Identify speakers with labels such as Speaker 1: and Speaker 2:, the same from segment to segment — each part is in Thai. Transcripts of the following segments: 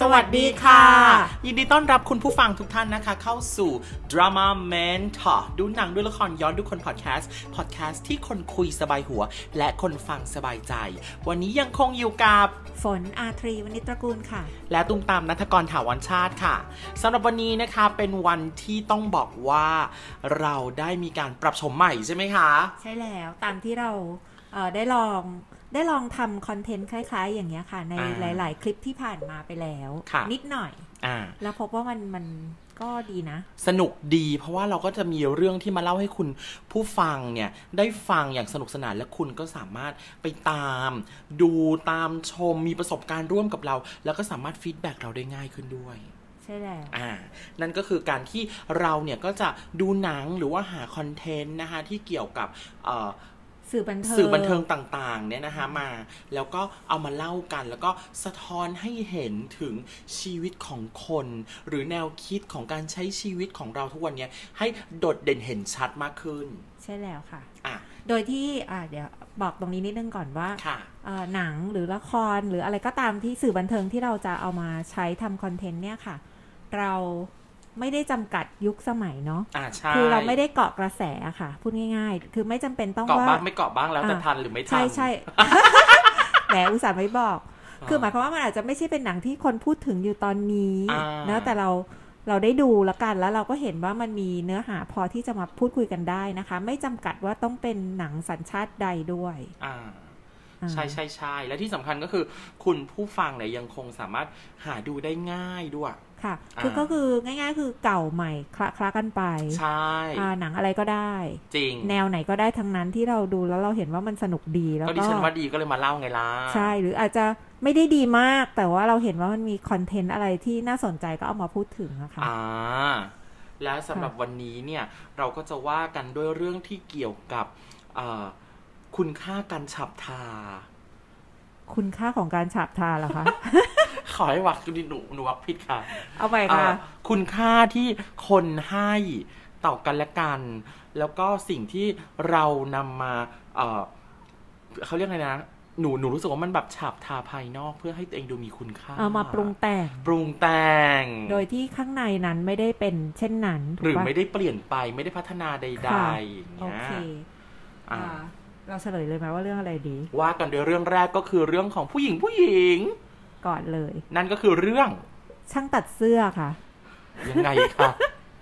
Speaker 1: สวัสดีค่ะ ยินดีต้อนรับคุณผู้ฟังทุกท่านนะคะ เข้าสู่ Drama Mentor ดูหนังดูละครย้อนดูคนพอดแคสต์พอดแคสต์ที่คนคุยสบายหัว และคนฟังสบายใจ วันนี้ยังคงอยู่กับ
Speaker 2: ฝนอาทรีวณิชตระกูลค่ะ
Speaker 1: และตุ้มตามนัทกรถาวรชาติค่ะสำหรับวันนี้นะคะเป็นวันที่ต้องบอกว่าเราได้มีการปรับโฉมใหม่ใช่ไหมคะ
Speaker 2: ใช่แล้วตามที่เราเอ่อได้ลองได้ลองทำคอนเทนต์คล้ายๆ อย่างเงี้ยค่ะ ใน
Speaker 1: อ่า
Speaker 2: หลาย ๆ คลิปที่ผ่านมาไปแล้ว
Speaker 1: ค่ะ
Speaker 2: นิดหน่อย
Speaker 1: อ่า
Speaker 2: แล้วพบว่ามันมันก็ดีนะ
Speaker 1: สนุกดีเพราะว่าเราก็จะมีเรื่องที่มาเล่าให้คุณผู้ฟังเนี่ย ได้ฟังอย่างสนุกสนานและคุณก็สามารถไปตาม ดูตามชมมีประสบการณ์ร่วมกับเรา แล้วก็สามารถฟีดแบ็กเราได้ง่ายขึ้นด้วย
Speaker 2: ใช่แล้ว
Speaker 1: อ่า นั่นก็คือการที่เราเนี่ยก็จะดูหนังหรือว่าหาคอนเทนต์นะคะที่เกี่ยวกับเอ่อ
Speaker 2: สื่อบันเทิง
Speaker 1: สื่อบันเทิงต่างๆเนี่ยนะคะมา แล้วก็เอามาเล่ากัน แล้วก็สะท้อนให้เห็นถึงชีวิตของคน หรือแนวคิดของการใช้ชีวิตของเราทุกวันเนี้ยให้โดดเด่นเห็นชัดมากขึ้น
Speaker 2: ใช่แล้วค่ะ
Speaker 1: อ่ะ
Speaker 2: โดยที่อ่าเดี๋ยวบอกตรงนี้นิดนึงก่อนว่า
Speaker 1: ค่ะ
Speaker 2: เอ่อหนังหรือละครหรืออะไรก็ตามที่สื่อบันเทิงที่เราจะเอามาใช้ทำคอนเทนต์เนี่ยค่ะ เราไม่ได้จำกัดยุคสมัยเนาะ
Speaker 1: อ่าใช่
Speaker 2: คือเราไม่ได้เกาะกระแสอะค่ะ พูดง่าย ๆ คือไม่จำเป็นต้อง
Speaker 1: เกาะ
Speaker 2: ว่า
Speaker 1: บ้างไม่เกาะบ้างแล้วแต่
Speaker 2: อ่า
Speaker 1: ทันหรือไม่ทั
Speaker 2: ใช่
Speaker 1: น
Speaker 2: ใช่ แหมอุตส่าห์ไม่บอก คือหมายความว่ามันอาจจะไม่ใช่เป็นหนังที่คนพูดถึงอยู่ตอนนี้
Speaker 1: อ่า
Speaker 2: นะแต่เราเราได้ดูแล้วกันแล้วเราก็เห็นว่ามันมีเนื้อหาพอที่จะมาพูดคุยกันได้นะคะ ไม่จำกัดว่าต้องเป็นหนังสัญชาติใดด้วย
Speaker 1: อ่า
Speaker 2: อ่า
Speaker 1: ใช่ใช่ใช่และที่สำคัญก็คือ คุณผู้ฟังเนี่ยยังคงสามารถหาดูได้ง่ายด้วย
Speaker 2: ค่ะ คืออา ก็คือง่ายๆ คือเก่าใหม่คละคละกันไป
Speaker 1: ใช่
Speaker 2: อ่าหนังอะไรก็ได้
Speaker 1: จริง
Speaker 2: แนวไหนก็ได้ทั้งนั้นที่เราดูแล้วเราเห็นว่ามันสนุกดีแล้ว
Speaker 1: ก็
Speaker 2: ก็
Speaker 1: ดิฉันว่าดีก็เลยมาเล่าไงล่ะ
Speaker 2: ใช่หรืออาจจะไม่ได้ดีมาก แต่ว่าเราเห็นว่ามันมีคอนเทนต์อะไรที่น่าสนใจก็เอามาพูดถึงนะคะ
Speaker 1: อ่า และสำหรับวันนี้เนี่ย เราก็จะว่ากันด้วยเรื่องที่เกี่ยวกับเอ่อคุณค่าการฉับทา
Speaker 2: คุณค่าของการฉาบทาเหรอคะ
Speaker 1: ขอให้วักหนูหนูวักผิดค่ะ
Speaker 2: เอาไป
Speaker 1: อ่า
Speaker 2: ค่ะ
Speaker 1: คุณค่าที่คนให้ต่อกันและกัน แล้วก็สิ่งที่เรานำมาเอ่อเขาเรียกอะไรนะ หนูหนูรู้สึกว่ามันแบบฉาบทาภายนอกเพื่อให้ตัวเองดูมีคุณค่า
Speaker 2: เอามาปรุงแต่ง
Speaker 1: ปรุงแต่ง
Speaker 2: โดยที่ข้างในนั้นไม่ได้เป็นเช่นนั้นถูก
Speaker 1: หรือ
Speaker 2: ปะ
Speaker 1: ไม่ได้เปลี่ยนไปไม่ได้พัฒนาใด
Speaker 2: ค่ะ
Speaker 1: ๆอย่าง
Speaker 2: โอ
Speaker 1: เงี้ย
Speaker 2: เค
Speaker 1: อ่า
Speaker 2: อ่าเราเฉลยเลยไหมว่าเรื่องอะไรดี
Speaker 1: ว่ากันด้วยเรื่องแรกก็คือเรื่องของผู้หญิงผู้หญิง
Speaker 2: ก่อนเลย
Speaker 1: นั่นก็คือเรื่อง
Speaker 2: ช่างตัดเสื้อค่ะ
Speaker 1: ยังไงคะ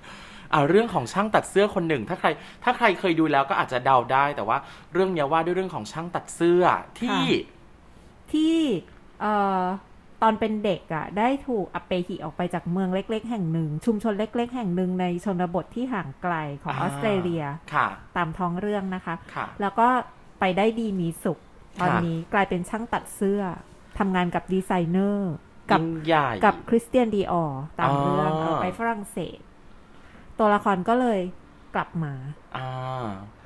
Speaker 1: อ่าเรื่องของช่างตัดเสื้อคนหนึ่ง ถ้าใคร ถ้าใครเคยดูแล้วก็อาจจะเดาได้ แต่ว่าเรื่องเนี้ยว่าด้วยเรื่องของช่างตัดเสื้อที่
Speaker 2: ค่ะ ที่เอ่อตอนเป็นเด็กอะ่ะ ได้ถูกอัปเปหิออกไปจากเมืองเล็ก ๆ แห่งหนึ่ง ชุมชนเล็ก ๆ แห่งหนึ่งในชนบทที่ห่างไกลของอ
Speaker 1: อ่า
Speaker 2: อสเตรเลีย
Speaker 1: ค่ะ
Speaker 2: ตามท้องเรื่องนะคะ
Speaker 1: ค่ะ
Speaker 2: แล้วก็ไปได้ดีมีสุข
Speaker 1: ค่ะ
Speaker 2: ตอนนี้กลายเป็นช่างตัดเสื้อทำงานกับดีไซเนอร์ กับ
Speaker 1: ยิ่งใหญ่
Speaker 2: กับคริสเตียนดีออตามเรื่อง
Speaker 1: อ๋อ
Speaker 2: เออไปฝรั่งเศส ตัวละครก็เลยกลับมา
Speaker 1: อ่า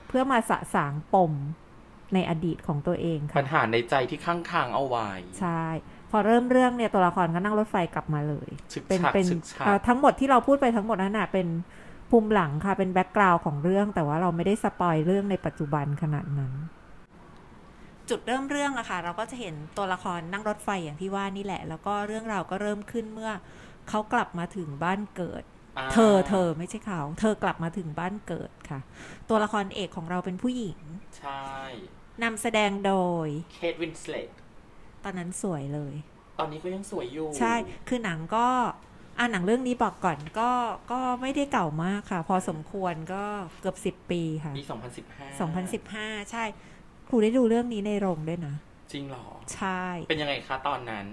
Speaker 2: เพื่อมาสะสางปมในอดีตของตัวเอง
Speaker 1: ปัญ
Speaker 2: ค่ะ
Speaker 1: หาในใจที่ข้างคางๆเอาไว้
Speaker 2: ใช่ พอเริ่มเรื่องเนี่ยตัวละครก็นั่งรถไฟกลับมาเลย
Speaker 1: ฉึก
Speaker 2: เป็น
Speaker 1: ฉัก
Speaker 2: เป็น
Speaker 1: ฉึกฉัก
Speaker 2: เอ่อทั้งหมดที่เราพูดไปทั้งหมดนั้นน่ะเป็นภูมิหลังค่ะ เป็นแบ็กกราวของเรื่อง แต่ว่าเราไม่ได้สปอยเรื่องในปัจจุบันขนาดนั้น จุดเริ่มเรื่องอะค่ะ เราก็จะเห็นตัวละครนั่งรถไฟอย่างที่ว่านี่แหละ แล้วก็เรื่องราวก็เริ่มขึ้นเมื่อเขากลับมาถึงบ้านเกิด เธอเธอไม่ใช่เขา เธอกลับมาถึงบ้านเกิดค่ะ ตัวละครเอกของเราเป็นผู้หญิง
Speaker 1: ใช่
Speaker 2: นำแสดงโดย
Speaker 1: เคทวินสเลต
Speaker 2: ตอนนั้นสวยเลย
Speaker 1: ตอนนี้ก็ยังสวยอยู่
Speaker 2: ใช่ คือหนังก็ อ่าหนังเรื่องนี้บอกก่อนก็ ก็ไม่ได้เก่ามากค่ะ พอสมควรก็เกือบ 10 ปีค่ะ
Speaker 1: ปี2015
Speaker 2: 2015 ใช่ ครูได้ดูเรื่องนี้ในโรงด้วยนะ
Speaker 1: จริงเหรอ
Speaker 2: ใช่
Speaker 1: เป็นยังไงคะตอนนั้น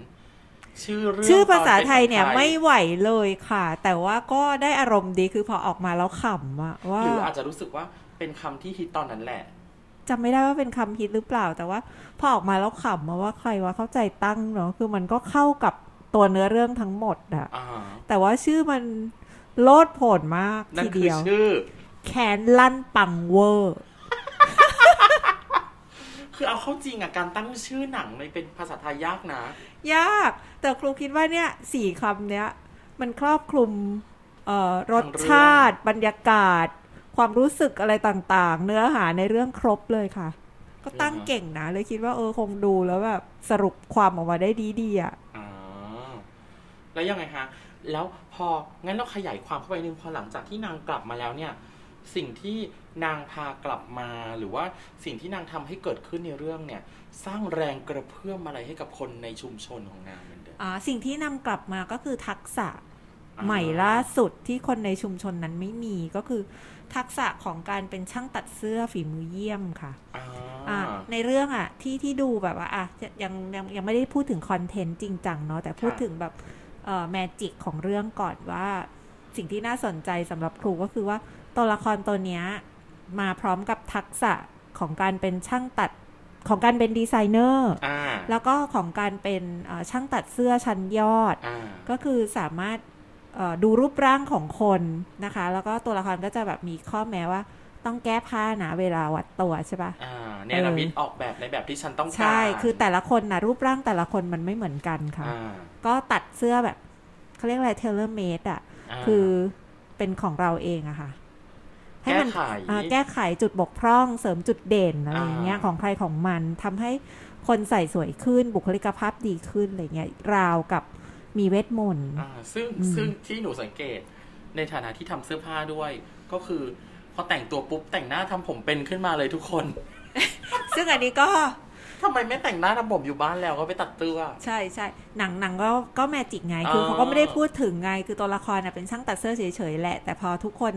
Speaker 1: ชื่อเรื่อง
Speaker 2: ชื่อภาษา
Speaker 1: ตป็
Speaker 2: ไทยเนี่ย
Speaker 1: ของใคร
Speaker 2: ไม่ไหวเลยค่ะ แต่ว่าก็ได้อารมณ์ดี คือพอออกมาแล้วขำอะว่า
Speaker 1: หรืออาจจะรู้สึกว่าเป็นคำที่ฮิตตอนนั้นแหละ
Speaker 2: จำไม่ได้ว่าเป็นคำฮิตหรือเปล่า แต่ว่าพอออกมาแล้วขำมาว่าใครว่าเข้าใจตั้งเนาะ คือมันก็เข้ากับตัวเนื้อเรื่องทั้งหมดอะ
Speaker 1: อ่า
Speaker 2: แต่ว่าชื่อมันโลดโผนมาก
Speaker 1: นั่นคือ
Speaker 2: ทีเดียว
Speaker 1: ชื่อ
Speaker 2: แขนลั่นปังเวอร์
Speaker 1: คือเอาเข้าจริงอ่ะ การตั้งชื่อหนังมันเป็นภาษาไทยยากนะ
Speaker 2: ยาก แต่ครูคิดว่าเนี่ยสี่คำเนี้ย มันครอบคลุมเอ่อรสชาติ บรรยากาศ ความรู้สึกอะไรต่างๆ เนื้อหาในเรื่องครบเลยค่ะ ก็ตั้ง
Speaker 1: เหรอฮะ
Speaker 2: เก่งนะ เลยคิดว่าเออคงดูแล้วแบบสรุปความออกมาได้ดีๆอ่ะ
Speaker 1: อ่า แล้วยังไงฮะ แล้วพอ งั้นเราขยายความเข้าไปนิดนึงพอหลังจากที่นางกลับมาแล้วเนี่ย สิ่งที่นางพากลับมาหรือว่าสิ่งที่นางทำให้เกิดขึ้นในเรื่องเนี่ย สร้างแรงกระเพื่อมอะไรให้กับคนในชุมชนของนางเหมือนเดิม
Speaker 2: อ่าสิ่งที่นำกลับมาก็คือทักษะใหม่ล่าสุดที่คนในชุมชนนั้นไม่มีก็คือ ทักษะของการเป็นช่างตัดเสื้อฝีมือเยี่ยมค่ะ
Speaker 1: อ่า
Speaker 2: อ่ะในเรื่องอ่ะที่ที่ดูแบบว่าอ่ะยังยังยังไม่ได้พูดถึงคอนเทนต์จริงจังเนาะแต่พูดถึงแบบเอ่อแมจิกของเรื่องก่อนว่าสิ่งที่น่าสนใจสำหรับครูก็คือว่าตัวละครตัวเนี้ยมาพร้อมกับทักษะของการเป็นช่างตัดของการเป็นดีไซเนอร์
Speaker 1: อ่า
Speaker 2: แล้วก็ของการเป็นเอ่อช่างตัดเสื้อชั้นยอด
Speaker 1: อ่า
Speaker 2: ก็คือสามารถเอ่อดูรูปร่างของคนนะคะ แล้วก็ตัวละครก็จะแบบมีข้อแม้ว่าต้องแก้ผ้านะเวลาวัดตัวใช่ปะ
Speaker 1: อ่าเนรมิตออกแบบในแบบที่ฉันต้องการ
Speaker 2: ใช่ คือแต่ละคนนะรูปร่างแต่ละคนมันไม่เหมือนกันค่ะ
Speaker 1: อ่า
Speaker 2: ก็ตัดเสื้อแบบเขาเรียกอะไรเทเลเมดอ่ะ
Speaker 1: า
Speaker 2: คือเป็นของเราเองอะค่ะ ให้มัน
Speaker 1: แก้ไข
Speaker 2: อ่าแก้ไขจุดบกพร่อง เสริมจุดเด่นอะไรอย่างเงี้ย
Speaker 1: อ่า
Speaker 2: ของใครของมันทำให้คนใส่สวยขึ้นบุคลิกภาพดีขึ้นอะไรเงี้ยราวกับมีเวทมนต์
Speaker 1: อ่าซึ่ง
Speaker 2: อืม
Speaker 1: ซึ่งที่หนูสังเกตในฐานะที่ทำเสื้อผ้าด้วย ก็คือพอแต่งตัวปุ๊บแต่งหน้าทำผมเป็นขึ้นมาเลยทุกคน
Speaker 2: ซึ่งอันนี้ก็
Speaker 1: ทำไมไม่แต่งหน้าทำผมอยู่บ้านแล้วก็ไปตัดเตื้อ
Speaker 2: ใช่ใช่หนังหนังก็ก็แมจิกไง
Speaker 1: อ๋อ
Speaker 2: คือเขาก็ไม่ได้พูดถึงไง คือตัวละครน่ะเป็นช่างตัดเสื้อเฉยๆแหละ แต่พอทุกคน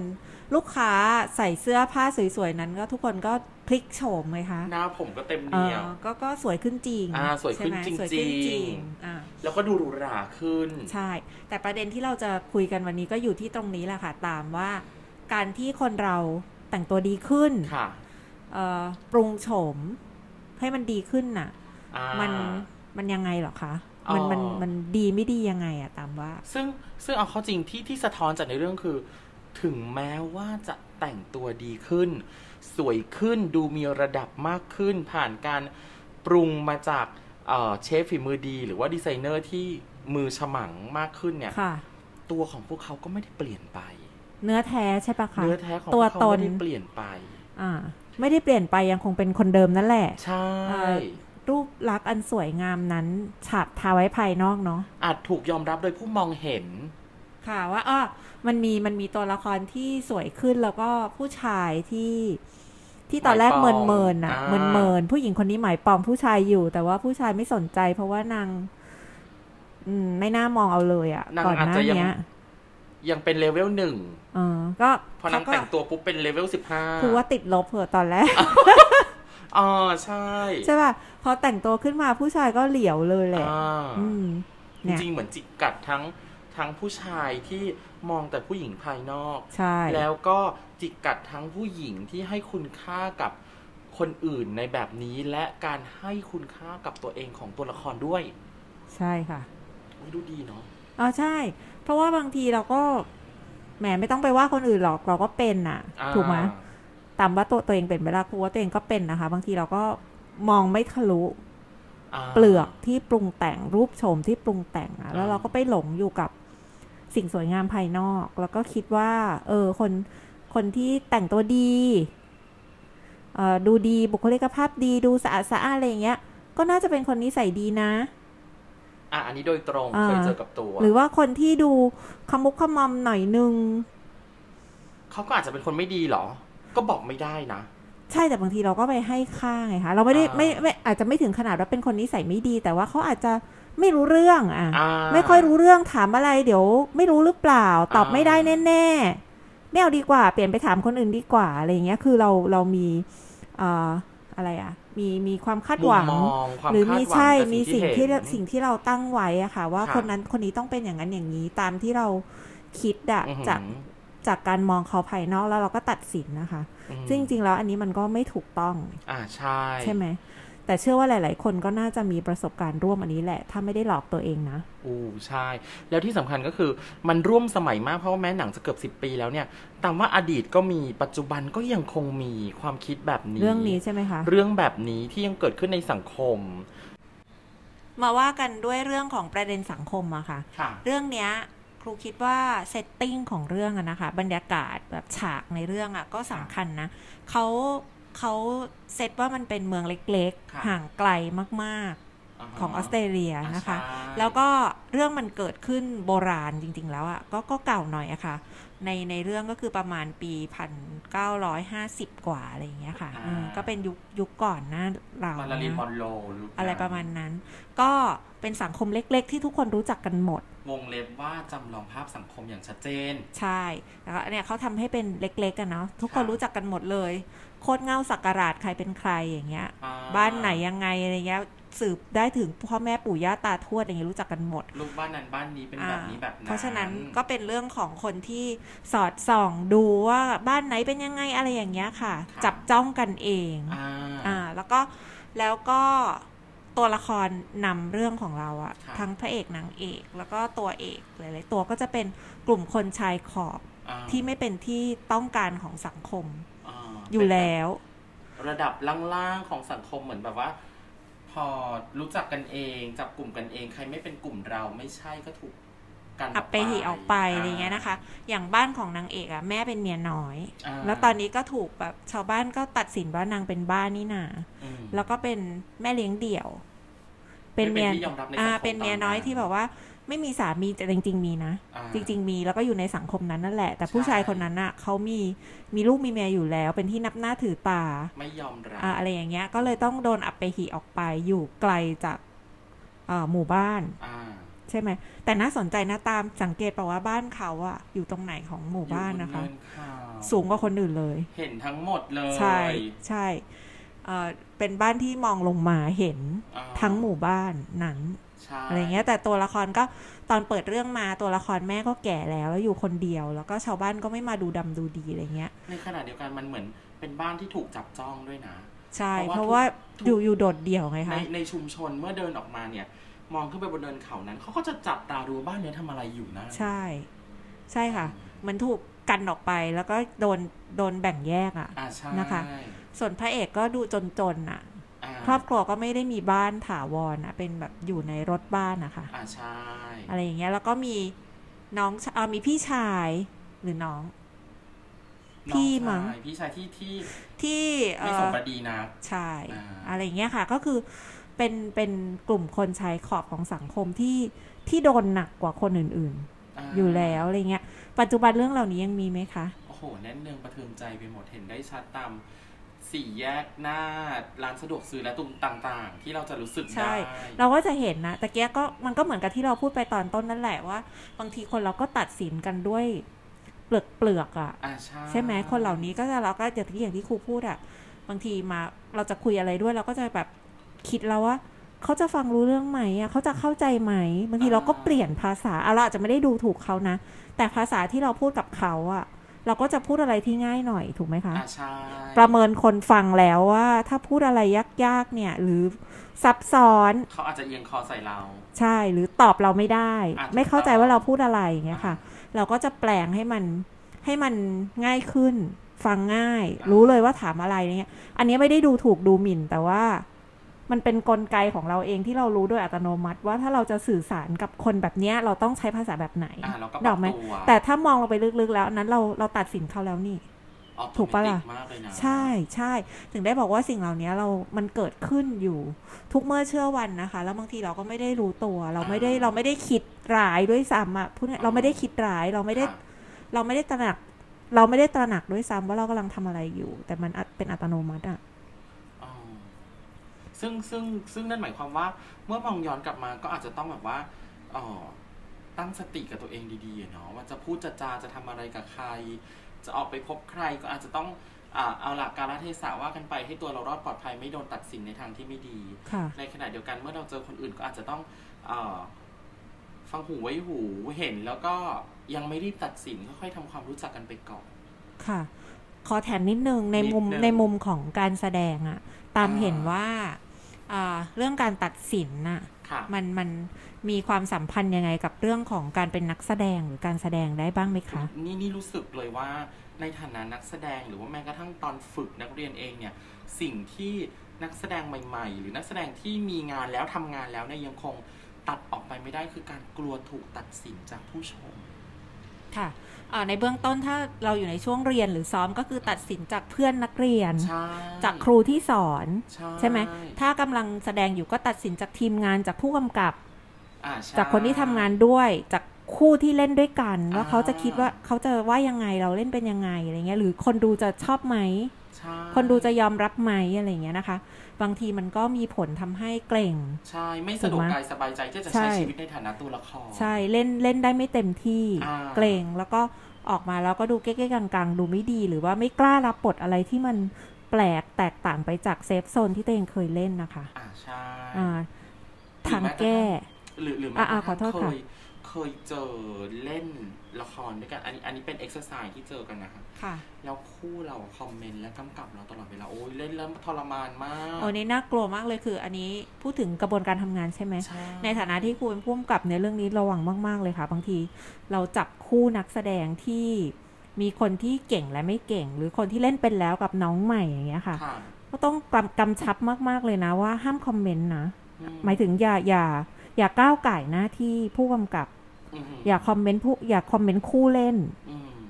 Speaker 2: ลูกค้าใส่เสื้อผ้าสวยๆนั้นก็ทุกคนก็พลิกโฉมเลยค่ะ
Speaker 1: หน้าผมก็เต็ม
Speaker 2: เอ
Speaker 1: เหนี
Speaker 2: อ
Speaker 1: ยว
Speaker 2: ก็ก็สวยขึ้นจริง
Speaker 1: อ่าสวยขึ้น
Speaker 2: ใช่
Speaker 1: จริงๆ
Speaker 2: ไหมสวยขึ้นจริงอ่า
Speaker 1: แล้วก็ดูหรูหราขึ้น
Speaker 2: ใช่ แต่ประเด็นที่เราจะคุยกันวันนี้ก็อยู่ที่ตรงนี้แหละค่ะ ตามว่าการที่คนเราแต่งตัวดีขึ้น
Speaker 1: ค่ะ
Speaker 2: เอ่อปรุงโฉมให้มันดีขึ้นน่ะ
Speaker 1: อ่า
Speaker 2: มันมันยังไงเหรอคะ มัน
Speaker 1: อ๋อ
Speaker 2: มันมันดีไม่ดียังไงอะตามว่า
Speaker 1: ซึ่งซึ่งเอาเข้าจริงที่ที่สะท้อนจากในเรื่องคือ ถึงแม้ว่าจะแต่งตัวดีขึ้น สวยขึ้นดูมีระดับมากขึ้น ผ่านการปรุงมาจากเอ่อเชฟฝีมือดี หรือว่าดีไซเนอร์ที่มือฉมังมากขึ้นเนี่ย
Speaker 2: ค่ะ
Speaker 1: ตัวของพวกเขาก็ไม่ได้เปลี่ยนไป
Speaker 2: เนื้อแท้ใช่ปะคะ
Speaker 1: เนื้อแท้ของพ
Speaker 2: ตัว
Speaker 1: วกเขา
Speaker 2: ตน
Speaker 1: ไม่ได้เปลี่ยนไป
Speaker 2: อ่า ไม่ได้เปลี่ยนไปยังคงเป็นคนเดิมนั่นแหละ
Speaker 1: ใช่
Speaker 2: เอ่อ รูปลักษณ์อันสวยงามนั้นฉาบทาไว้ภายนอกเนาะ
Speaker 1: อาจถูกยอมรับโดยผู้มองเห็น
Speaker 2: ค่ะว่าอ้อมันมีมันมีตัวละครที่สวยขึ้นแล้วก็ผู้ชายที่ที่ตอนแรก
Speaker 1: หมายป
Speaker 2: เมิ
Speaker 1: อง
Speaker 2: นเมินๆน่ะ
Speaker 1: อ่า
Speaker 2: เมินเมินๆผู้หญิงคนนี้หมายปองผู้ชายอยู่ แต่ว่าผู้ชายไม่สนใจ เพราะว่านางอืมไม่น่ามองเอาเลยอะ
Speaker 1: นาง
Speaker 2: ก่อน
Speaker 1: อาจ
Speaker 2: หน้า
Speaker 1: จะยัง
Speaker 2: เนี้ย
Speaker 1: ยังเป็นเลเวลหนึ่ง
Speaker 2: เออก็
Speaker 1: พอนาง
Speaker 2: ก็
Speaker 1: แต่งตัวปุ๊บเป็นเลเวลสิบห้า
Speaker 2: คือว่าติดลบเผื่อตอนแรก
Speaker 1: อ๋อใช่
Speaker 2: ใช่ป่ะ พอแต่งตัวขึ้นมาผู้ชายก็เหลียวเลยแหละ
Speaker 1: อ่า
Speaker 2: อืม
Speaker 1: จ
Speaker 2: เนี่ย
Speaker 1: ริงๆเหมือนจิกกัดทั้งทั้งผู้ชายที่มองแต่ผู้หญิงภายนอก
Speaker 2: ใช่
Speaker 1: แล้วก็จิกกัดทั้งผู้หญิงที่ให้คุณค่ากับคนอื่นในแบบนี้ และการให้คุณค่ากับตัวเองของตัวละครด้วย
Speaker 2: ใช่ค่ะ
Speaker 1: อุ๊ยดูดีเนาะ
Speaker 2: อ๋อ ใช่ เพราะว่าบางทีเราก็ แหมไม่ต้องไปว่าคนอื่นหรอก เราก็เป็นน่ะ
Speaker 1: อ่า
Speaker 2: ถูกไหมตามว่าตัวตัวเองเป็นเวลาครูว่าตัวเองก็เป็นนะคะ บางทีเราก็มองไม่ทะลุ
Speaker 1: า
Speaker 2: เปลือกที่ปรุงแต่งรูปโฉมที่ปรุงแต่งอะแล้ว
Speaker 1: อ่า
Speaker 2: เราก็ไปหลงอยู่กับสิ่งสวยงามภายนอก แล้วก็คิดว่า เออ คน คนที่แต่งตัวดี เอ่อ ดูดี บุคลิกภาพดี ดูสะอาดสะอ้านอะไรอย่างเงี้ย ก็น่าจะเป็นคนนิสัยดีนะ
Speaker 1: อ่ะอันนี้โดยตรง
Speaker 2: อ่า
Speaker 1: เคยเจอกับตัว
Speaker 2: หรือว่าคนที่ดูขมุกขมอมหน่อยนึง
Speaker 1: เขาก็อาจจะเป็นคนไม่ดีเหรอ ก็บอกไม่ได้นะ
Speaker 2: ใช่แต่บางทีเราก็ไปให้ค่าไงคะ เราไม่ได้
Speaker 1: อ่า
Speaker 2: ไม่ไม่อาจจะไม่ถึงขนาดว่าเป็นคนนิสัยไม่ดี แต่ว่าเขาอาจจะไม่รู้เรื่องอ่ะ
Speaker 1: อ่า
Speaker 2: ไม่ค่อยรู้เรื่องถามอะไรเดี๋ยว ไม่รู้หรือเปล่า ตอบ
Speaker 1: อ่า
Speaker 2: ไม่ได้แน่ๆไม่เอาดีกว่า เปลี่ยนไปถามคนอื่นดีกว่าอะไรอย่างเงี้ยคือเราเรามีเอ่ออะไรอ่ะ มีมีความคาด
Speaker 1: มุ
Speaker 2: ห
Speaker 1: ม
Speaker 2: วัง
Speaker 1: มองความ
Speaker 2: หรือ
Speaker 1: คาด
Speaker 2: มี
Speaker 1: หวัง
Speaker 2: ใช่
Speaker 1: กับ
Speaker 2: มี
Speaker 1: สิ่
Speaker 2: สิ่
Speaker 1: ง
Speaker 2: ง
Speaker 1: ที่
Speaker 2: ที่
Speaker 1: เห็น
Speaker 2: สิ่งที่เราตั้งไว้อะค่ะ ว่า
Speaker 1: ค่ะ
Speaker 2: คนนั้นคนนี้ต้องเป็นอย่างนั้นอย่างนี้ตามที่เราคิดอะ
Speaker 1: อื้อหือ
Speaker 2: จากจากการมองเขาภายนอกแล้วเราก็ตัดสินนะคะ
Speaker 1: อืม
Speaker 2: ซึ่งจริงๆแล้วอันนี้มันก็ไม่ถูกต้อง
Speaker 1: อ่าใช่
Speaker 2: ใช่ไหมแต่เชื่อว่าหลาย ๆ คนก็น่าจะมีประสบการณ์ร่วมอันนี้แหละ ถ้าไม่ได้หลอกตัวเองนะ
Speaker 1: อูใช่ แล้วที่สำคัญก็คือมันร่วมสมัยมากเพราะว่าแม้หนังจะเกือบสิบปีแล้วเนี่ยตามว่าอดีตก็มีปัจจุบันก็ยังคงมีความคิดแบบนี้
Speaker 2: เรื่องนี้ใช่ไหมคะ
Speaker 1: เรื่องแบบนี้ที่ยังเกิดขึ้นในสังคม
Speaker 2: มาว่ากันด้วยเรื่องของประเด็นสังคมอะค่ะ
Speaker 1: ค่ะ
Speaker 2: เรื่องเนี้ยครูคิดว่าเซตติ้งของเรื่องอะนะคะบรรยากาศแบบฉากในเรื่องอะก็สำคัญนะเขาเขาเซตว่ามันเป็นเมืองเล็ก
Speaker 1: ค่ะ
Speaker 2: ๆ ห่างไกลมาก
Speaker 1: าฮะ
Speaker 2: ของออสเตรเลีย
Speaker 1: อ่า
Speaker 2: นะคะ
Speaker 1: ใช่
Speaker 2: แล้วก็เรื่องมันเกิดขึ้นโบราณจริง ๆ แล้วอะ่ะก็ก็เก่าหน่อยอะค่ะ ในในเรื่องก็คือประมาณปี 1950 กว่าอะไรอย่างเงี้ยค่ะอืมก็เป็นยุคยุคก่อนหน้าเรา
Speaker 1: มา
Speaker 2: นะ
Speaker 1: ลาลีมอนโรลูก
Speaker 2: อะไรประมาณนั้น ก็เป็นสังคมเล็ก ๆ ที่ทุกคนรู้จักกันหมด
Speaker 1: วงเล็บว่าจำลองภาพสังคมอย่างชัดเจน
Speaker 2: ใช่แล้วก็เนี่ยเขาทำให้เป็นเล็กๆกันเนาะทุกคน
Speaker 1: ค่ะ
Speaker 2: รู้จักกันหมดเลย โคตรเงาสักการะใครเป็นใครอย่างเงี้ย
Speaker 1: อ่
Speaker 2: บ้านไหนยังไงอะไรเงี้ยสืบได้ถึงพ่อแม่ปู่ย่าตาทวดอะไรเงี้ยรู้จักกันหมด
Speaker 1: ลูกบ้านนั้นบ้านนี้เป็น
Speaker 2: อ่า
Speaker 1: แบบนี้แบบนั้น
Speaker 2: เพราะฉะนั้นก็เป็นเรื่องของคนที่สอดส่องดูว่าบ้านไหนเป็นยังไงอะไรอย่างเงี้ยค่ะ จับจ้องกันเอง
Speaker 1: อ่า
Speaker 2: อ่าแล้วก็แล้วก็ตัวละครนำเรื่องของเราอะ
Speaker 1: ะ
Speaker 2: ทั้งพระเอกนางเอก แล้วก็ตัวเอกหลายๆตัวก็จะเป็นกลุ่มคนชายขอบ
Speaker 1: อ่า
Speaker 2: ที่ไม่เป็นที่ต้องการของสังคมา อยู่แล้ว
Speaker 1: ระดับล่างๆของสังคมเหมือนแบบว่า พอรู้จักกันเองจับกลุ่มกันเอง ใครไม่เป็นกลุ่มเราไม่ใช่ก็ถูกกัน
Speaker 2: อับไปหีออกไปอะไรเงี้ยนะคะ อย่างบ้านของนางเอกอะแม่เป็นเมียน้อย
Speaker 1: า
Speaker 2: แล้วตอนนี้ก็ถูกแบบชาวบ้านก็ตัดสินว่านางเป็นบ้านนี่นา
Speaker 1: อืม
Speaker 2: แล้วก็เป็นแม่เลี้ยงเดี่ยว เป็น
Speaker 1: ไม่
Speaker 2: เมี
Speaker 1: เป็น
Speaker 2: ย
Speaker 1: ที่ยอมรับในสังคม
Speaker 2: อ่าเป็นเมียน้อย
Speaker 1: ตอนนั้น
Speaker 2: ที่แบบว่า ไม่มีสามีแต่จริง ๆ มีนะ
Speaker 1: อ่า
Speaker 2: จริง ๆ มีแล้วก็อยู่ในสังคมนั้นนั่นแหละ แต่ผู้
Speaker 1: ใช่
Speaker 2: ชายคนนั้นน่ะเขามีมีลูกมีเมียอยู่แล้ว เป็นที่นับหน้าถือตา
Speaker 1: ไม่ยอมรับ
Speaker 2: อ่าอะไรอย่างเงี้ย ก็เลยต้องโดนอับไปหีออกไปอยู่ไกลจากเอ่อหมู่บ้าน
Speaker 1: อ่า
Speaker 2: ใช่ไหมแต่น่าสนใจนะตามสังเกตเปล่าว่าบ้านเขาอะอยู่ตรงไหนของหมู่บ้านนะคะ
Speaker 1: อยู่บเเขา
Speaker 2: สูงกว่าคนอื่นเลย
Speaker 1: เห็นทั้งหมดเลย
Speaker 2: ใช่ใช่เอ่อเป็นบ้านที่มองลงมาเห็น
Speaker 1: อ่า
Speaker 2: ทั้งหมู่บ้านนั้น
Speaker 1: ใช่
Speaker 2: อะไรเงี้ยแต่ตัวละครก็ตอนเปิดเรื่องมาตัวละครแม่ก็แก่แล้วแล้วอยู่คนเดียว แล้วก็ชาวบ้านก็ไม่มาดูดำดูดีอะไรเงี้ย
Speaker 1: ในขณะเดียวกันมันเหมือนเป็นบ้านที่ถูกจับจ้องด้วยนะ
Speaker 2: ใช่
Speaker 1: เพ
Speaker 2: เพ
Speaker 1: ราะ
Speaker 2: ราะ
Speaker 1: ว่า
Speaker 2: ว่า
Speaker 1: ทุก
Speaker 2: อยู่อยู่โดดเดี่ยวไง
Speaker 1: ใน
Speaker 2: คะ
Speaker 1: ในชุมชนเมื่อเดินออกมาเนี่ย มองขึ้นไปบนเนินเขานั้นเขาก็จะจับตาดูว่าบ้านเนี้ยทำอะไรอยู่นะ
Speaker 2: ใช่ ใช่ค่ะเหมันถูกกันออกไปแล้วก็โดนโดนแบ่งแยกอ่ะ
Speaker 1: อ่าใช่
Speaker 2: นะคะ ส่วนพระเอกก็ดูจนๆอ่ะ
Speaker 1: า
Speaker 2: ครอบครัวก็ไม่ได้มีบ้านถาวรอ่ะเป็นแบบอยู่ในรถบ้านนะคะ
Speaker 1: อ่าใช่
Speaker 2: อะไรอย่างเงี้ยแล้วก็มีน้องชเอ่อมีพี่ชายหรือน้อง พี่มั้ง
Speaker 1: น้อชายพี่ชายที่ที่
Speaker 2: ที่เอ่
Speaker 1: ไม่
Speaker 2: อ
Speaker 1: สมประดีนะ
Speaker 2: ใช่
Speaker 1: อ่า
Speaker 2: อะไรอย่างเงี้ยค่ะก็คือเป็นเป็นกลุ่มคนชายขอบของสังคมที่ที่โดนหนักกว่าคนอื่นๆ อยู่แล้วอะไรเงี้ยปัจจุบันเรื่องเหล่านี้ยังมีไหมคะ
Speaker 1: โอ้โห แน่นเนืองประเทืองใจไปหมดเห็นได้ชัดตามสี่แยกหน้าร้านสะดวกซื้อและตุ่มต่างๆ ที่เราจะรู้สึก
Speaker 2: ใช่
Speaker 1: ได้
Speaker 2: เราก็จะเห็นนะตะเกียก็มันก็เหมือนกับที่เราพูดไปตอนต้นนั่นแหละว่า บางทีคนเราก็ตัดสินกันด้วยเปลือกเปลือกๆอะ
Speaker 1: อ่าใช่
Speaker 2: ใช่ไหมคนเหล่านี้ก็จะเราก็อย่างที่อย่างที่ครูพูดอะบางทีมาเราจะคุยอะไรด้วยเราก็จะแบบคิดแล้วว่าเขาจะฟังรู้เรื่องไหมอะเขาจะเข้าใจไหมบางทีเราก็เปลี่ยนภาษาอ่ะเราอาจจะไม่ได้ดูถูกเขานะ แต่ภาษาที่เราพูดกับเขาอะเราก็จะพูดอะไรที่ง่ายหน่อยถูกไหมคะ
Speaker 1: อ่าใช่
Speaker 2: ประเมินคนฟังแล้วว่า ถ้าพูดอะไรยากๆเนี่ย หรือซับซ้อน
Speaker 1: เขาอาจจะเอียงคอใส่เรา
Speaker 2: ใช่หรือตอบเราไม่ได้
Speaker 1: อ่ะถูก
Speaker 2: ไม่เข้าใจ
Speaker 1: ต้อง
Speaker 2: ว่าเราพูดอะไรอย่างเงี้ยค่ะ เราก็จะแปลงให้มันให้มันง่ายขึ้น ฟังง่าย รู้เลยว่าถามอะไรเนี่ยอันนี้ไม่ได้ดูถูกดูหมิ่น แต่ว่ามันเป็นกลไกของเราเองที่เรารู้โดยอัตโนมัติ ว่าถ้าเราจะสื่อสารกับคนแบบเนี้ย เราต้องใช้ภาษาแบบไหน
Speaker 1: อ่าเราก็ป
Speaker 2: ด
Speaker 1: รั
Speaker 2: อบ กไหม
Speaker 1: ตัว
Speaker 2: แต่ถ้ามองลงไปลึกๆแล้วอันนั้นเราเราตัดสินเขาแล้วนี่
Speaker 1: ออโตเมติ
Speaker 2: ถูกปะล่ะ
Speaker 1: มากเลยนะ
Speaker 2: ใช่ใช่ ถึงได้บอกว่าสิ่งเหล่านี้เรา มันเกิดขึ้นอยู่ ทุกเมื่อเชื่อวันนะคะ แล้วบางทีเราก็ไม่ได้รู้ตัว เราไม่ได้เราไม่ได้คิดร้ายด้วยซ้ำอ่ะพูดง่ายเราไม่ได้คิดร้ายเราไม่ได้
Speaker 1: ค่ะ
Speaker 2: เราไม่ได้ตระหนัก เราไม่ได้ตระหนักด้วยซ้ำว่าเรากำลังทำอะไรอยู่ แต่มันอัตเป็นอัตโนมัติอ่ะ
Speaker 1: อ๋อซึ่งซึ่งซึ่งนั่นหมายความว่า เมื่อมองย้อนกลับมาก็อาจจะต้องแบบว่าเออตั้งสติกับตัวเองดีๆอะเนาะว่าจะพูดจะจาจะทำอะไรกับใคร จะออกไปพบใครก็อาจจะต้องอ่าเอาหลักการเทศะว่ากันไปให้ตัวเรารอดปลอดภัยไม่โดนตัดสินในทางที่ไม่ดี
Speaker 2: ค่ะ
Speaker 1: ในขณะเดียวกันเมื่อเราเจอคนอื่นก็อาจจะต้องเออฟังหูไว้หูเห็นแล้วก็ยังไม่รีบตัดสินค่อยๆทำความรู้จักกันไปก่อน
Speaker 2: ค่ะ ขอแถมนิดนึงในมุม
Speaker 1: นิดนึง
Speaker 2: ในมุมของการแสดงอ่ะ ตาม
Speaker 1: อ่า
Speaker 2: เห็นว่าอ่าเรื่องการตัดสินน่ะ
Speaker 1: ค่ะ
Speaker 2: มันมันมีความสัมพันธ์ยังไงกับเรื่องของการเป็นนักแสดงหรือการแสดงได้บ้างไหมคะ
Speaker 1: นี่นี่รู้สึกเลยว่าในฐานะนักแสดงหรือว่าแม้กระทั่งตอนฝึกนักเรียนเองเนี่ย สิ่งที่นักแสดงใหม่ ๆ หรือนักแสดงที่มีงานแล้วทำงานแล้วเนี่ยยังคงตัดออกไปไม่ได้คือการกลัวถูกตัดสินจากผู้ชม
Speaker 2: ค่ะอ่าในเบื้องต้นถ้าเราอยู่ในช่วงเรียนหรือซ้อมก็คือตัดสินจากเพื่อนนักเรียน
Speaker 1: ใช่
Speaker 2: จากครูที่สอน
Speaker 1: ใช่
Speaker 2: ใช่ไหมถ้ากำลังแสดงอยู่ก็ตัดสินจากทีมงานจากผู้กำกับ
Speaker 1: อ่ใช่
Speaker 2: จากคนที่ทำงานด้วยจากคู่ที่เล่นด้วยกันว่า
Speaker 1: อ่า
Speaker 2: เขาจะคิดว่าเขาจะว่ายังไงเราเล่นเป็นยังไงอะไรเงี้ยหรือคนดูจะชอบไหม
Speaker 1: ใช่
Speaker 2: คนดูจะยอมรับไหมอะไรเงี้ยนะคะ บางทีมันก็มีผลทำให้เกรง
Speaker 1: ใช่ไม่สะดวก
Speaker 2: ถูกไหม
Speaker 1: กายสบายใจที่จะ
Speaker 2: ใช่
Speaker 1: ใช้ชีวิตในฐานะตัวละคร
Speaker 2: ใช่เล่นเล่นได้ไม่เต็มที่
Speaker 1: อ่า
Speaker 2: เกรงแล้วก็ออกมาแล้วก็ดูเก๊กๆกังๆ ดูไม่ดี หรือว่าไม่กล้ารับบทอะไรที่มันแปลกแตกต่างไปจากเซฟโซนที่ตัวเองเคยเล่นนะคะ
Speaker 1: อ่าใช่
Speaker 2: อ่าทางแก้
Speaker 1: หรือหรือแม้
Speaker 2: อ่ะอ่ะ
Speaker 1: กระทั่ง
Speaker 2: ขอโทษ
Speaker 1: เค
Speaker 2: ค่ะ
Speaker 1: ยเคยเจอเล่นละครด้วยกันอันนี้อันนี้เป็นเอ็กซ์ไซส์ที่เจอกันนะคะ
Speaker 2: ค่ะ
Speaker 1: แล้วคู่เราคอมเมนต์และกำกับเราตลอดเวลาโอ้ยเล่นแล้วทรมานมาก
Speaker 2: โอ้นี่น่ากลัวมากเลยคือ อันนี้พูดถึงกระบวนการทำงานใช่ไหม
Speaker 1: ใช่
Speaker 2: ในฐานะที่ครูเป็นผู้กำกับในเรื่องนี้ระวังมาก ๆ เลยค่ะ บางทีเราจับคู่นักแสดงที่มีคนที่เก่งและไม่เก่ง หรือคนที่เล่นเป็นแล้วกับน้องใหม่อย่างเงี้ยค่ะ
Speaker 1: ค่ะ
Speaker 2: ก็ต้องกำกำชับมาก ๆ เลยนะว่าห้ามคอมเมนต์นะ
Speaker 1: อื
Speaker 2: หมายถึงอย่าอย่าอย่าก้าวไก่ายหน้าที่ผู้กำกับ
Speaker 1: อืม
Speaker 2: อย่าคอมเมนต์ผู้อย่าคอมเมนต์คู่เล่น
Speaker 1: อืม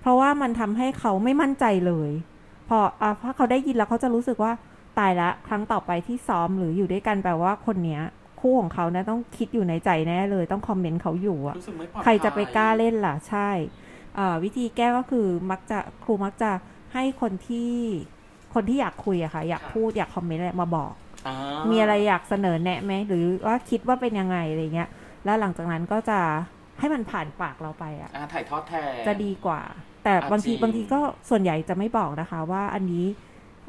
Speaker 2: เพราะว่ามันทำให้เขาไม่มั่นใจเลย พออ่ะถ้าเขาได้ยินแล้วเขาจะรู้สึกว่าตายละครั้งต่อไปที่ซ้อมหรืออยู่ด้วยกันแปลว่าคนเนี้ย คู่ของเขานะต้องคิดอยู่ในใจแน่เลย ต้องคอมเมนต์เขาอยู่อะ
Speaker 1: รู้สึกไม่ปลอดภัย
Speaker 2: ใครจะไปกล้าเล่นล่ะใช่เอ่อวิธีแก้ก็คือมักจะครูมักจะให้คนที่คนที่อยากคุยอะค่ะ อยากพูดอยากคอมเมนต์อะไรมาบอก
Speaker 1: อ่า
Speaker 2: มีอะไรอยากเสนอแนะไหมหรือว่าคิดว่าเป็นยังไงอะไรเงี้ย แล้วหลังจากนั้นก็จะให้มันผ่านปากเราไปอะ
Speaker 1: อ่าถ่ายทอดแทน
Speaker 2: จะดีกว่า แต่
Speaker 1: อ่ะ
Speaker 2: บางที
Speaker 1: จริง
Speaker 2: บางทีก็ส่วนใหญ่จะไม่บอกนะคะว่าอันนี้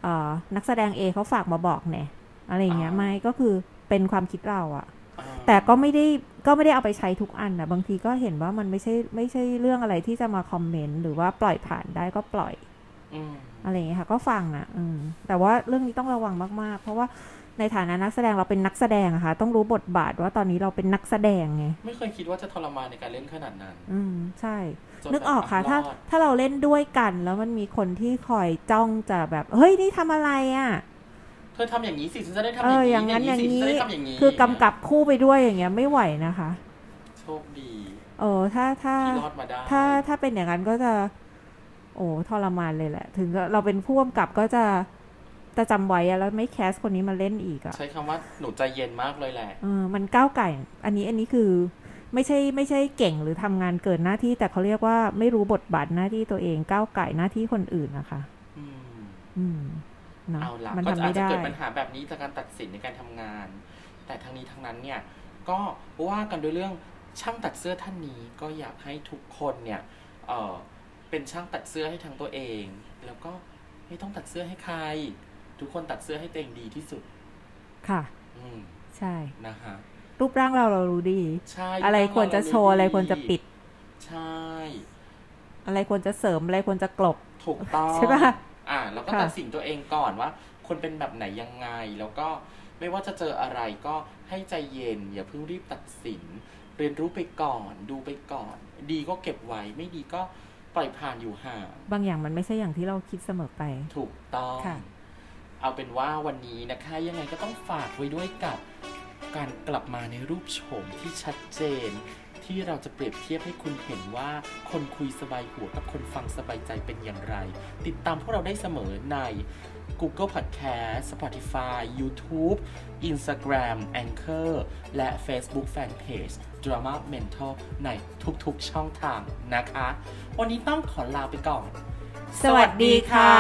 Speaker 2: เอ่อนักแสดงเอเขาฝากมาบอกแน่อะไรอย่างเงี้ยไม่ก็คือเป็นความคิดเราอะ
Speaker 1: อ่า
Speaker 2: แต่ก็ไม่ได้ก็ไม่ได้เอาไปใช้ทุกอันนะบางทีก็เห็นว่ามันไม่ใช่ไม่ใช่เรื่องอะไรที่จะมาคอมเมนต์หรือว่าปล่อยผ่านได้ก็ปล่อย
Speaker 1: อืม
Speaker 2: อะไรอย่างเงี้ยค่ะ ก็ฟังอะอืมแต่ว่าเรื่องนี้ต้องระวังมากๆ เพราะว่าในฐานะนักแสดงเราเป็นนักแสดงอะค่ะ ต้องรู้บทบาทว่าตอนนี้เราเป็นนักแสดงไง
Speaker 1: ไม่เคยคิดว่าจะทรมานในการเล่นขนาดนั้น
Speaker 2: อืมใช่
Speaker 1: จแบบ
Speaker 2: นึกออกค่ะ
Speaker 1: ร
Speaker 2: ถ้า
Speaker 1: ด
Speaker 2: ถ้าเราเล่นด้วยกันแล้วมันมีคนที่คอยจ้องจะแบบ เฮ้ย นี่ทำอะไรอะ่ะ
Speaker 1: เธอทำอย่างนี้สิฉันจะได้ทำ
Speaker 2: เออ อย่างนั้นอย่าง
Speaker 1: สิฉั
Speaker 2: นี้
Speaker 1: จะได้ทำอย่างนี้
Speaker 2: คือกำกับคู่ไปด้วยอย่างเงี้ยไม่ไหวนะคะ
Speaker 1: โชคดี
Speaker 2: เออ ถ้าถ้า
Speaker 1: ที่รอดมาได้
Speaker 2: ถ้าถ้าเป็นอย่างนั้นก็จะ โอ้ทรมานเลยแหละ ถึงเราเป็นผู้กำกับก็จะจะจำไว้อะแล้วไม่แคสคนนี้มาเล่นอีกอะ่ะ
Speaker 1: ใช้คำว่าหนูใจเย็นมากเลยแหละ
Speaker 2: เออมันก้าวไก่ อันนี้อันนี้คือ ไม่ใช่ไม่ใช่เก่งหรือทำงานเกินหน้าที่ แต่เขาเรียกว่าไม่รู้บทบาทหน้าที่ตัวเองก้าวไก่หน้าที่คนอื่นนะคะ
Speaker 1: อืม
Speaker 2: อืมเนาะ
Speaker 1: เอาล่ะ
Speaker 2: มัน
Speaker 1: ก็จะ
Speaker 2: ทำ
Speaker 1: อา
Speaker 2: ไม่
Speaker 1: จจะ
Speaker 2: ได้
Speaker 1: เกิดปัญหาแบบนี้จากการตัดสินในการทำงาน แต่ทั้งนี้ทั้งนั้นเนี่ย ก็ว่ากันด้วยเรื่องช่างตัดเสื้อท่านนี้ก็อยากให้ทุกคนเนี่ยเออเป็นช่างตัดเสื้อให้ทั้งตัวเอง แล้วก็ไม่ต้องตัดเสื้อให้ใคร ทุกคนตัดเสื้อให้ตัวเองดีที่สุด
Speaker 2: ค่ะ
Speaker 1: อืม
Speaker 2: ใช่
Speaker 1: นะฮะ
Speaker 2: รูปร่างเราเรารู้ดี
Speaker 1: ใช่
Speaker 2: อะไรควรจะโชว์ อะไรควรจะปิด
Speaker 1: ใช่
Speaker 2: อะไรควรจะเสริม อะไรควรจะกลบ
Speaker 1: ถูกต้อง
Speaker 2: ใช่ปะ
Speaker 1: อ่าเราก็
Speaker 2: ค่ะ
Speaker 1: ตัดสินตัวเองก่อนว่า คนเป็นแบบไหนยังไง แล้วก็ไม่ว่าจะเจออะไรก็ให้ใจเย็น อย่าเพิ่งรีบตัดสิน เรียนรู้ไปก่อน ดูไปก่อน ดีก็เก็บไว้ไม่ดีก็ปล่อยผ่านอยู่ห่าง
Speaker 2: บางอย่างมันไม่ใช่อย่างที่เราคิดเสมอไป
Speaker 1: ถูกต้อง
Speaker 2: ค่ะ
Speaker 1: เอาเป็นว่าวันนี้นะคะ ยังไงก็ต้องฝากไว้ด้วยกับการกลับมาในรูปโฉมที่ชัดเจน ที่เราจะเปรียบเทียบให้คุณเห็นว่าคนคุยสบายหัวกับคนฟังสบายใจเป็นอย่างไร ติดตามพวกเราได้เสมอใน Google Podcast Spotify YouTube Instagram Anchor และ Facebook Fanpage Drama Mental ในทุกๆช่องทางนะคะ วันนี้ต้องขอลาไปก่อน
Speaker 2: สวัสดีค่ะ